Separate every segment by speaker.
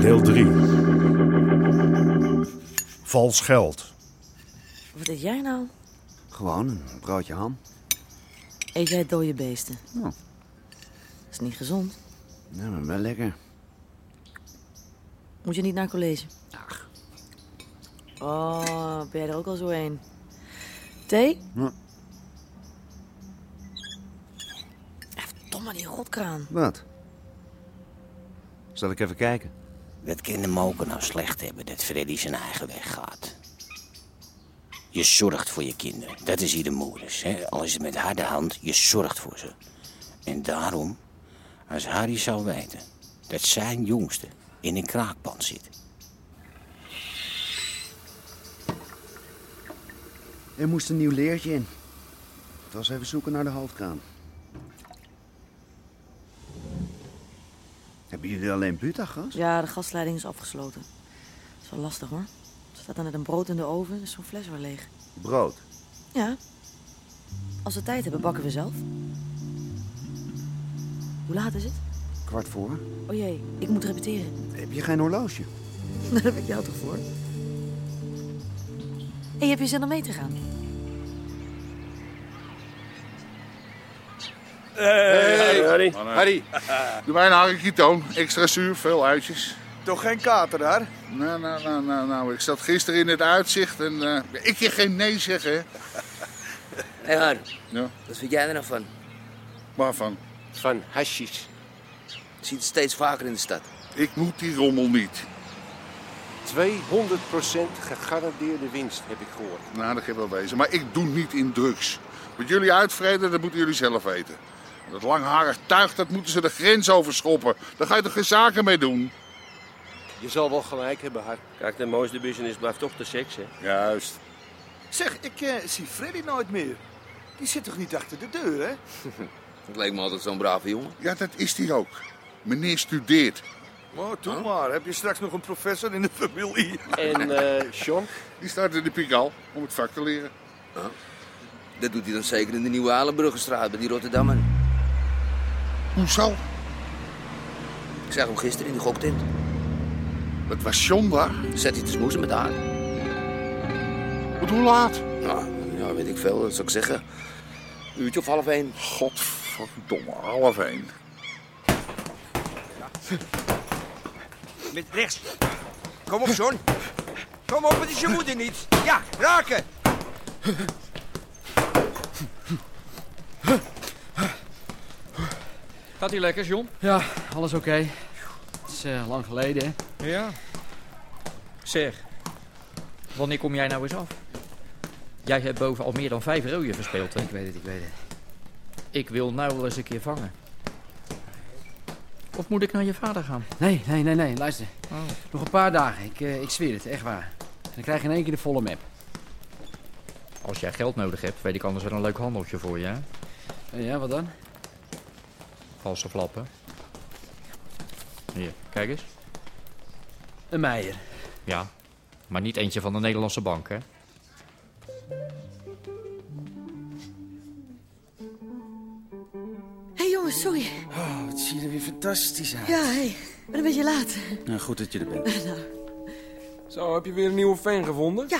Speaker 1: Deel 3. Vals geld.
Speaker 2: Wat eet jij nou?
Speaker 3: Gewoon een broodje ham.
Speaker 2: Eet jij dode beesten?
Speaker 3: Nou.
Speaker 2: Dat is niet gezond.
Speaker 3: Ja, maar wel lekker.
Speaker 2: Moet je niet naar college? Ach. Oh, ben jij er ook al zo heen? Thee?
Speaker 3: Ja.
Speaker 2: Ja, verdomme, die rotkraan.
Speaker 3: Wat? Zal ik even kijken?
Speaker 4: Dat kan de moker nou slecht hebben dat Freddy zijn eigen weg gaat. Je zorgt voor je kinderen. Dat is hier de moeders. Hè? Al is het met harde hand, je zorgt voor ze. En daarom, als Harry zou weten dat zijn jongste in een kraakpand zit.
Speaker 3: Er moest een nieuw leertje in. Het was even zoeken naar de hoofdkraan. Hebben jullie alleen butagas?
Speaker 2: Ja, de gasleiding is afgesloten. Dat is wel lastig hoor. Er staat dan net een brood in de oven, dus zo'n fles weer leeg.
Speaker 3: Brood.
Speaker 2: Ja. Als we tijd hebben, bakken we zelf. Hoe laat is het?
Speaker 3: Kwart voor.
Speaker 2: O jee, ik moet repeteren.
Speaker 3: Heb je geen horloge?
Speaker 2: Daar heb ik jou toch voor? Hé, heb je zin om mee te gaan?
Speaker 5: Harry,
Speaker 6: Doe mij een harikitoon. Extra zuur, veel uitjes.
Speaker 5: toch geen kater daar?
Speaker 6: Nou, nou, nou, nou, nou. Ik zat gisteren in het uitzicht en eh, ik je geen nee zeggen. hè.
Speaker 7: Hé Har,
Speaker 6: Ja,
Speaker 7: wat vind jij er nou van?
Speaker 6: waarvan?
Speaker 4: Van hashish.
Speaker 7: Je ziet het steeds vaker in de stad.
Speaker 6: Ik moet die rommel niet.
Speaker 4: 200% gegarandeerde winst heb ik gehoord.
Speaker 6: Nou, dat kan wel wezen. Maar ik doe niet in drugs. Wat jullie uitvreden, dat moeten jullie zelf weten. Dat langharig tuig, dat moeten ze de grens overschoppen. Daar ga je toch geen zaken mee doen?
Speaker 4: Je zal wel gelijk hebben, Har.
Speaker 8: Kijk, de mooiste business blijft toch de seks, hè?
Speaker 6: Juist.
Speaker 5: Zeg, ik eh, zie Freddy nooit meer. Die zit toch niet achter de deur, hè?
Speaker 7: Het leek me altijd zo'n brave jongen.
Speaker 6: Ja, dat is die ook. Meneer studeert.
Speaker 5: Maar Oh, doe maar, heb je straks nog een professor in de familie?
Speaker 8: En eh Sean?
Speaker 6: Die staat in de Pigal om het vak te leren.
Speaker 7: Dat doet hij dan zeker in de Nieuwe Alenbruggenstraat bij die Rotterdammer.
Speaker 6: Hoezo?
Speaker 7: Ik zag hem gisteren in de goktent.
Speaker 6: Wat was John daar?
Speaker 7: Zet hij te smoezen met haar.
Speaker 6: Wat, hoe laat?
Speaker 7: Nou, ja, weet ik veel, dat zou ik zeggen. Een uurtje of half één.
Speaker 6: Godverdomme, half één.
Speaker 8: Met rechts. Kom op, Sean. Kom op, het is je moeder niet. Ja, raken.
Speaker 9: Gaat u lekker, John? Ja, alles oké. Het is eh, lang geleden, hè?
Speaker 8: Ja.
Speaker 10: Zeg, wanneer kom jij nou eens af? Jij hebt boven al meer dan vijf rooien verspeeld, hè?
Speaker 9: Ik weet het, ik weet het.
Speaker 10: Ik wil nou wel eens een keer vangen. Of moet ik naar je vader gaan?
Speaker 9: Nee, nee, nee, nee, luister.
Speaker 10: Oh.
Speaker 9: Nog een paar dagen, ik, eh, ik zweer het, echt waar. En dan krijg je in één keer de volle map.
Speaker 10: Als jij geld nodig hebt, weet ik anders wel een leuk handeltje voor je, hè?
Speaker 9: Eh, ja, wat dan?
Speaker 10: Valse flappen. Hier, kijk eens.
Speaker 9: Een meier.
Speaker 10: Ja, maar niet eentje van de Nederlandse bank, hè?
Speaker 2: Hé jongens, sorry.
Speaker 3: Oh, het ziet er weer fantastisch uit.
Speaker 2: Ja, hé. Ik ben een beetje laat.
Speaker 3: Nou, goed dat je er bent.
Speaker 8: Zo, heb je weer een nieuwe fan gevonden?
Speaker 2: Ja,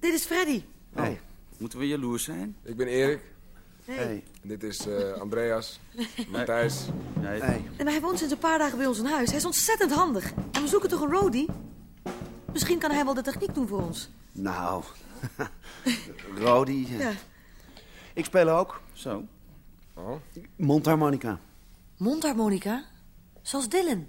Speaker 2: dit is Freddy.
Speaker 3: Hey, moeten we jaloers zijn?
Speaker 8: Ik ben Erik.
Speaker 3: Hey.
Speaker 8: Dit is eh, Andreas. Matthijs.
Speaker 3: Nee.
Speaker 2: En hij woont sinds een paar dagen bij ons in huis. Hij is ontzettend handig. En we zoeken toch een roadie? Misschien kan hij wel de techniek doen voor ons.
Speaker 3: Nou, Rodi. eh.
Speaker 2: Ja.
Speaker 3: Ik speel ook. Zo.
Speaker 8: Oh.
Speaker 3: Mondharmonica.
Speaker 2: Mondharmonica? Zoals Dylan.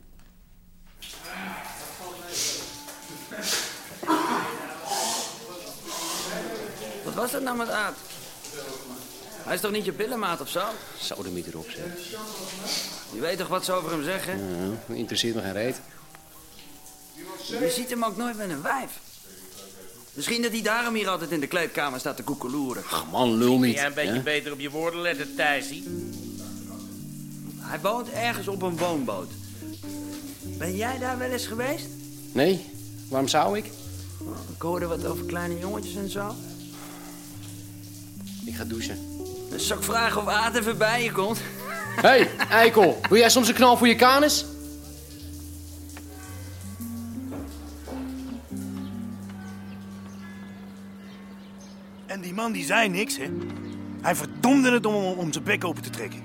Speaker 11: Wat was dat nou met Aad? Hij is toch niet je pillenmaat of zo?
Speaker 12: Zo de mieter op, zeg.
Speaker 11: Je weet toch wat ze over hem zeggen?
Speaker 12: Nou, interesseert me geen reet.
Speaker 11: Je ziet hem ook nooit met een wijf. Misschien dat hij daarom hier altijd in de kleedkamer staat te koekeloeren.
Speaker 12: Ach man, lul niet.
Speaker 13: Jij een beetje
Speaker 12: hè?
Speaker 13: beter op je woorden letten, Thijsie.
Speaker 11: Hij woont ergens op een woonboot. Ben jij daar wel eens geweest?
Speaker 12: Nee, waarom zou ik?
Speaker 11: Ik hoorde wat over kleine jongetjes en zo.
Speaker 12: Ik ga douchen.
Speaker 11: Dus zou ik vragen of Aad even bij je komt?
Speaker 12: Hé, hey, eikel. Wil jij soms een knal voor je kanus?
Speaker 5: En die man die zei niks, hè? Hij verdomde het om, om zijn bek open te trekken.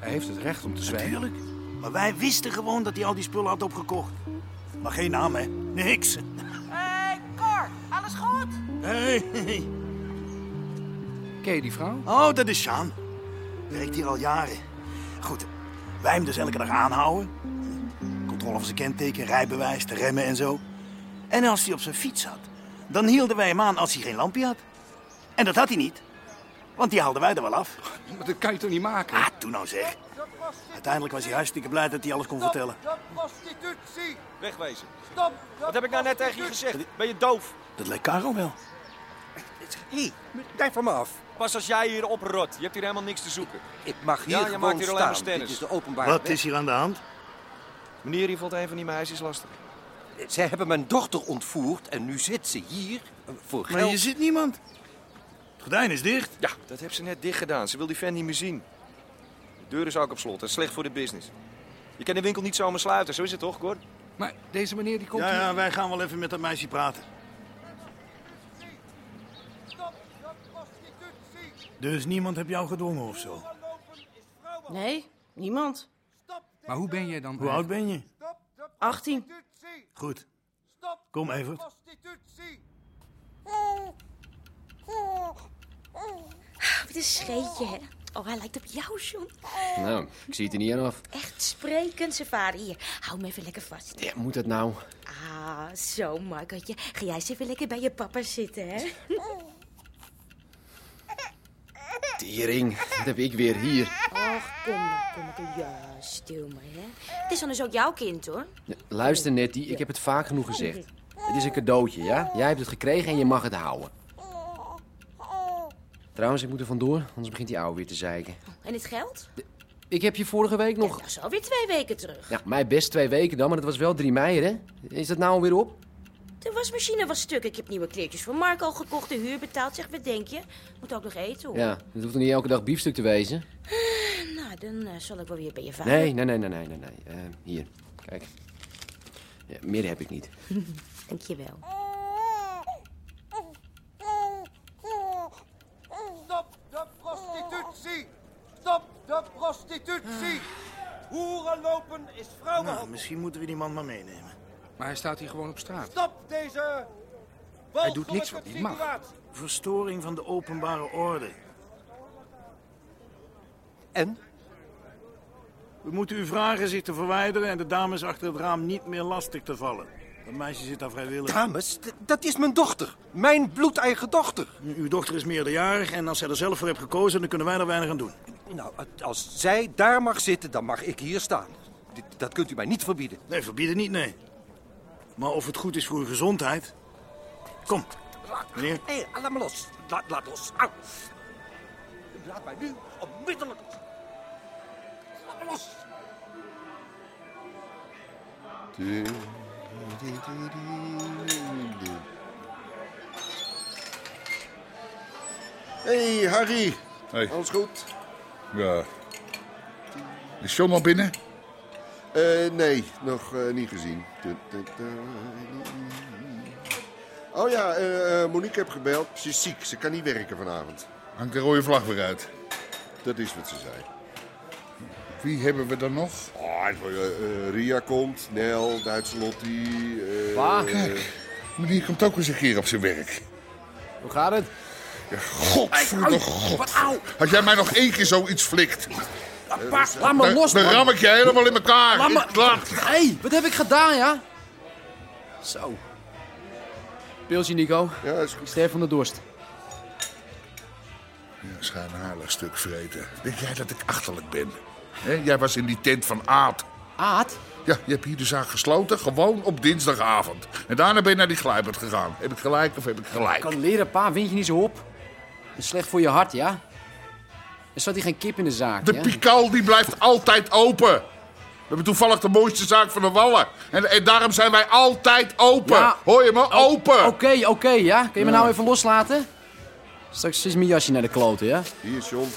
Speaker 5: Hij heeft het recht om te zwijgen. Natuurlijk. Maar wij wisten gewoon dat hij al die spullen had opgekocht. Maar geen naam, hè? Niks.
Speaker 14: Cor, alles goed?
Speaker 5: Hey. Ken je die vrouw? Oh, dat is Sjaan. Werkt hier al jaren. Goed, wij hem dus elke dag aanhouden. Controle van zijn kenteken, rijbewijs, de remmen en zo. En als hij op zijn fiets zat, dan hielden wij hem aan als hij geen lampje had. En dat had hij niet. Want die haalden wij er wel af. Maar dat kan je toch niet maken? Ah, toen nou zeg. Uiteindelijk was hij hartstikke blij dat hij alles kon vertellen.
Speaker 8: De prostitutie! Wegwezen. Stop! Wat heb ik nou net tegen je gezegd? Ben je doof?
Speaker 5: Dat leek Karel wel.
Speaker 8: Hé, blijf van me af. Pas als jij hier oprot. Je hebt hier helemaal niks te zoeken. Ik mag
Speaker 5: hier
Speaker 8: ja, je
Speaker 5: gewoon
Speaker 8: maakt hier alleen maar
Speaker 5: staan.
Speaker 8: stennis.
Speaker 5: Dit is de openbare Wat weg. is hier aan de hand?
Speaker 8: Meneer, hier valt een van die meisjes lastig.
Speaker 15: Zij hebben mijn dochter ontvoerd en nu zit ze hier eh, voor
Speaker 8: Maar
Speaker 15: geld.
Speaker 8: je
Speaker 5: ziet niemand. Het gordijn is dicht.
Speaker 8: Ja, dat heeft ze net dicht gedaan. Ze wil die fan niet meer zien. De deur is ook op slot. Dat is slecht voor de business. Je kan de winkel niet zomaar sluiten. Zo is het toch, Cor?
Speaker 5: Maar deze meneer die
Speaker 8: komt
Speaker 5: Ja,
Speaker 8: hier-
Speaker 5: ja, wij gaan wel even met dat meisje praten. Dus niemand heeft jou gedwongen of zo?
Speaker 14: Nee, niemand.
Speaker 5: Maar hoe ben jij dan? Hoe oud ben je?
Speaker 14: 18.
Speaker 5: Goed. Kom even.
Speaker 2: Wat een scheetje, hè? Oh, hij lijkt op jou, John.
Speaker 12: Nou, ik zie het er niet aan af.
Speaker 2: Echt sprekend, safari. Hier, hou hem even lekker vast.
Speaker 12: Ja, moet dat nou?
Speaker 2: Ah, zo, Margotje. Ga jij eens even lekker bij je papa zitten, hè?
Speaker 12: Tering. Wat heb ik weer hier?
Speaker 2: Och, kom maar, kom maar. Ja, stil maar, hè? Het is anders ook jouw kind, hoor.
Speaker 12: Luister, Nettie, ik heb het vaak genoeg gezegd. Het is een cadeautje, ja? Jij hebt het gekregen en je mag het houden. Trouwens, ik moet er vandoor, anders begint die ouwe weer te zeiken.
Speaker 2: En het geld?
Speaker 12: Ik heb je vorige week nog...
Speaker 2: Dat is alweer twee weken terug.
Speaker 12: Ja, mij best twee weken dan, maar dat was wel 3 mei, hè? Is dat nou alweer op?
Speaker 2: De wasmachine was stuk. Ik heb nieuwe kleertjes voor Marco al gekocht. De huur betaald. Zeg, wat denk je? Moet ook nog eten, hoor.
Speaker 12: Ja, het hoeft toch niet elke dag biefstuk te wezen?
Speaker 2: Eh, Nou, dan eh, zal ik wel weer bij je vader.
Speaker 12: Nee, nee, nee, nee, nee, nee. nee. Eh, hier, kijk. Ja, meer heb ik niet.
Speaker 2: Dankjewel.
Speaker 8: Stop de prostitutie! Stop de prostitutie! Hoeren lopen is
Speaker 5: Nou, misschien moeten we die man maar meenemen. Maar hij staat hier gewoon op straat.
Speaker 8: Stop deze...
Speaker 5: Hij doet niks wat niet mag. Verstoring van de openbare orde. En? We moeten u vragen zich te verwijderen en de dames achter het raam niet meer lastig te vallen. Dat meisje zit daar vrijwillig. Dames? Dat is mijn dochter. Mijn bloedeigen dochter. Uw dochter is meerderjarig en als zij er zelf voor heeft gekozen, dan kunnen wij er weinig aan doen.
Speaker 15: Nou, als zij daar mag zitten, dan mag ik hier staan. Dit- Dat kunt u mij niet verbieden.
Speaker 5: Nee, verbieden niet, nee. Maar of het goed is voor uw gezondheid... Kom, meneer.
Speaker 15: Hé, laat me los. Laat, laat los. Au. Laat mij nu onmiddellijk los. Laat me los.
Speaker 6: hey, Harry. Alles goed? Ja. Is John al binnen?
Speaker 16: Eh, nee, nog eh, niet gezien. Tu- tu- tu- Oh ja, eh, eh, Monique heb gebeld. Ze is ziek, ze kan niet werken vanavond.
Speaker 6: Hangt de rode vlag weer uit.
Speaker 16: Dat is wat ze zei.
Speaker 6: Wie hebben we dan nog?
Speaker 16: Oh, eh, eh, Ria komt, Nel, Duitse Lottie. eh,
Speaker 6: Waar?
Speaker 16: eh,
Speaker 6: Kijk, meneer komt ook eens een keer op zijn werk.
Speaker 12: Hoe gaat het?
Speaker 6: Ja, godverdomme god. Had jij mij nog één keer zoiets flikt.
Speaker 12: Bas, laat me los,
Speaker 6: Dan
Speaker 12: man.
Speaker 6: ram ik je helemaal in elkaar.
Speaker 12: Laat me-
Speaker 6: Ik- laat-
Speaker 12: Hé, wat heb ik gedaan, ja? Zo. Pilsje, Nico.
Speaker 16: Ja, is goed.
Speaker 12: Sterf van de dorst.
Speaker 6: Ja, Schijnhaalig stuk vreten. Denk jij dat ik achterlijk ben? Hè, jij was in die tent van Aad.
Speaker 12: Aad?
Speaker 6: Ja, je hebt hier de zaak gesloten, gewoon op dinsdagavond. En daarna ben je naar die glijbad gegaan. Heb ik gelijk of heb ik gelijk?
Speaker 12: Kan leren, pa. Wind je niet zo op. Dat is slecht voor je hart, ja? Er zat hier geen kip in de zaak,
Speaker 6: De
Speaker 12: ja?
Speaker 6: pikal die blijft altijd open. We hebben toevallig de mooiste zaak van de Wallen. En, en daarom zijn wij altijd open.
Speaker 12: Ja.
Speaker 6: Hoor je me? open! Oké,
Speaker 12: Oh, oké, ja. Kun je me
Speaker 6: Ja.
Speaker 12: nou even loslaten? Straks is mijn jasje naar de kloten, ja?
Speaker 6: Hier, John.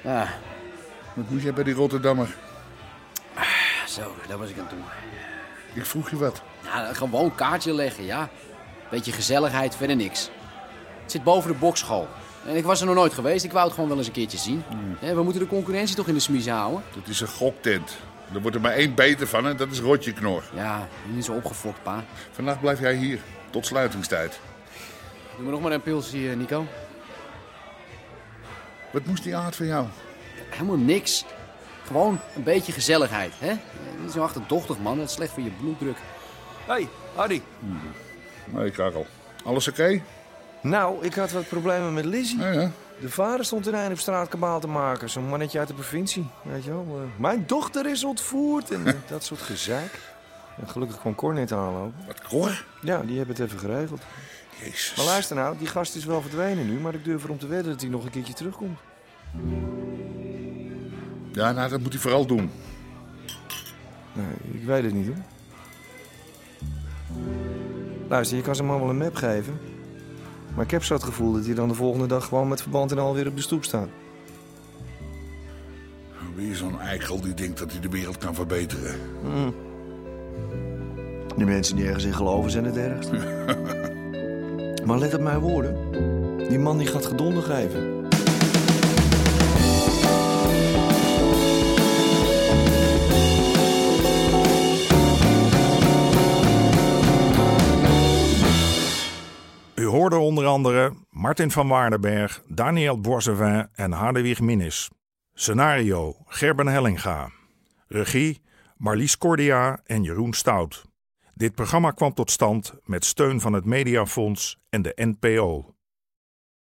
Speaker 12: Ja.
Speaker 6: Wat moet jij bij die Rotterdammer?
Speaker 12: Zo, daar was ik aan toe.
Speaker 6: Ik vroeg je wat.
Speaker 12: Ja, gewoon kaartje leggen, ja. Beetje gezelligheid, verder niks. Het zit boven de bokschool. En ik was er nog nooit geweest, ik wou het gewoon wel eens een keertje zien. Hè, we moeten de concurrentie toch in de smiezen houden?
Speaker 6: Dat is een goktent. Er wordt er maar één beter van en dat is Rotje Knor.
Speaker 12: Ja, niet zo opgefokt, pa.
Speaker 6: Vannacht blijf jij hier, tot sluitingstijd.
Speaker 12: Doe me nog maar een pils hier, Nico.
Speaker 6: Wat moest die aard van jou?
Speaker 12: Helemaal niks. Gewoon een beetje gezelligheid, hè? Niet zo achterdochtig, man. Dat is slecht voor je bloeddruk.
Speaker 8: Hé, hey, Harry.
Speaker 6: Nee, Karel. Alles oké?
Speaker 8: Nou, ik had wat problemen met Lizzie.
Speaker 6: ja.
Speaker 8: De vader stond in een op straat kabaal te maken. Zo'n mannetje uit de provincie. Weet je wel. eh, mijn dochter is ontvoerd. En eh, dat soort gezeik. En gelukkig kwam Cor net aanlopen.
Speaker 6: Wat, Cor?
Speaker 8: Ja, die hebben het even geregeld.
Speaker 6: Jezus.
Speaker 8: Maar luister nou, die gast is wel verdwenen nu. Maar ik durf erom te wedden dat hij nog een keertje terugkomt.
Speaker 6: Ja, nou, dat moet hij vooral doen.
Speaker 8: Nee, ik weet het niet hoor. Luister, je kan ze man wel een map geven. Maar ik heb zo het gevoel dat hij dan de volgende dag gewoon met verband en al weer op de stoep staat.
Speaker 6: Nou, Weer zo'n eikel die denkt dat hij de wereld kan verbeteren.
Speaker 8: Die mensen die ergens in geloven zijn het ergst. maar let op mijn woorden. Die man die gaat gedonder geven.
Speaker 1: U hoorde onder andere Martin van Waardenberg, Daniel Boisevin en Hadewig Minnis. Scenario Gerben Hellinga. Regie Marlies Cordia en Jeroen Stout. Dit programma kwam tot stand met steun van het Mediafonds en de NPO.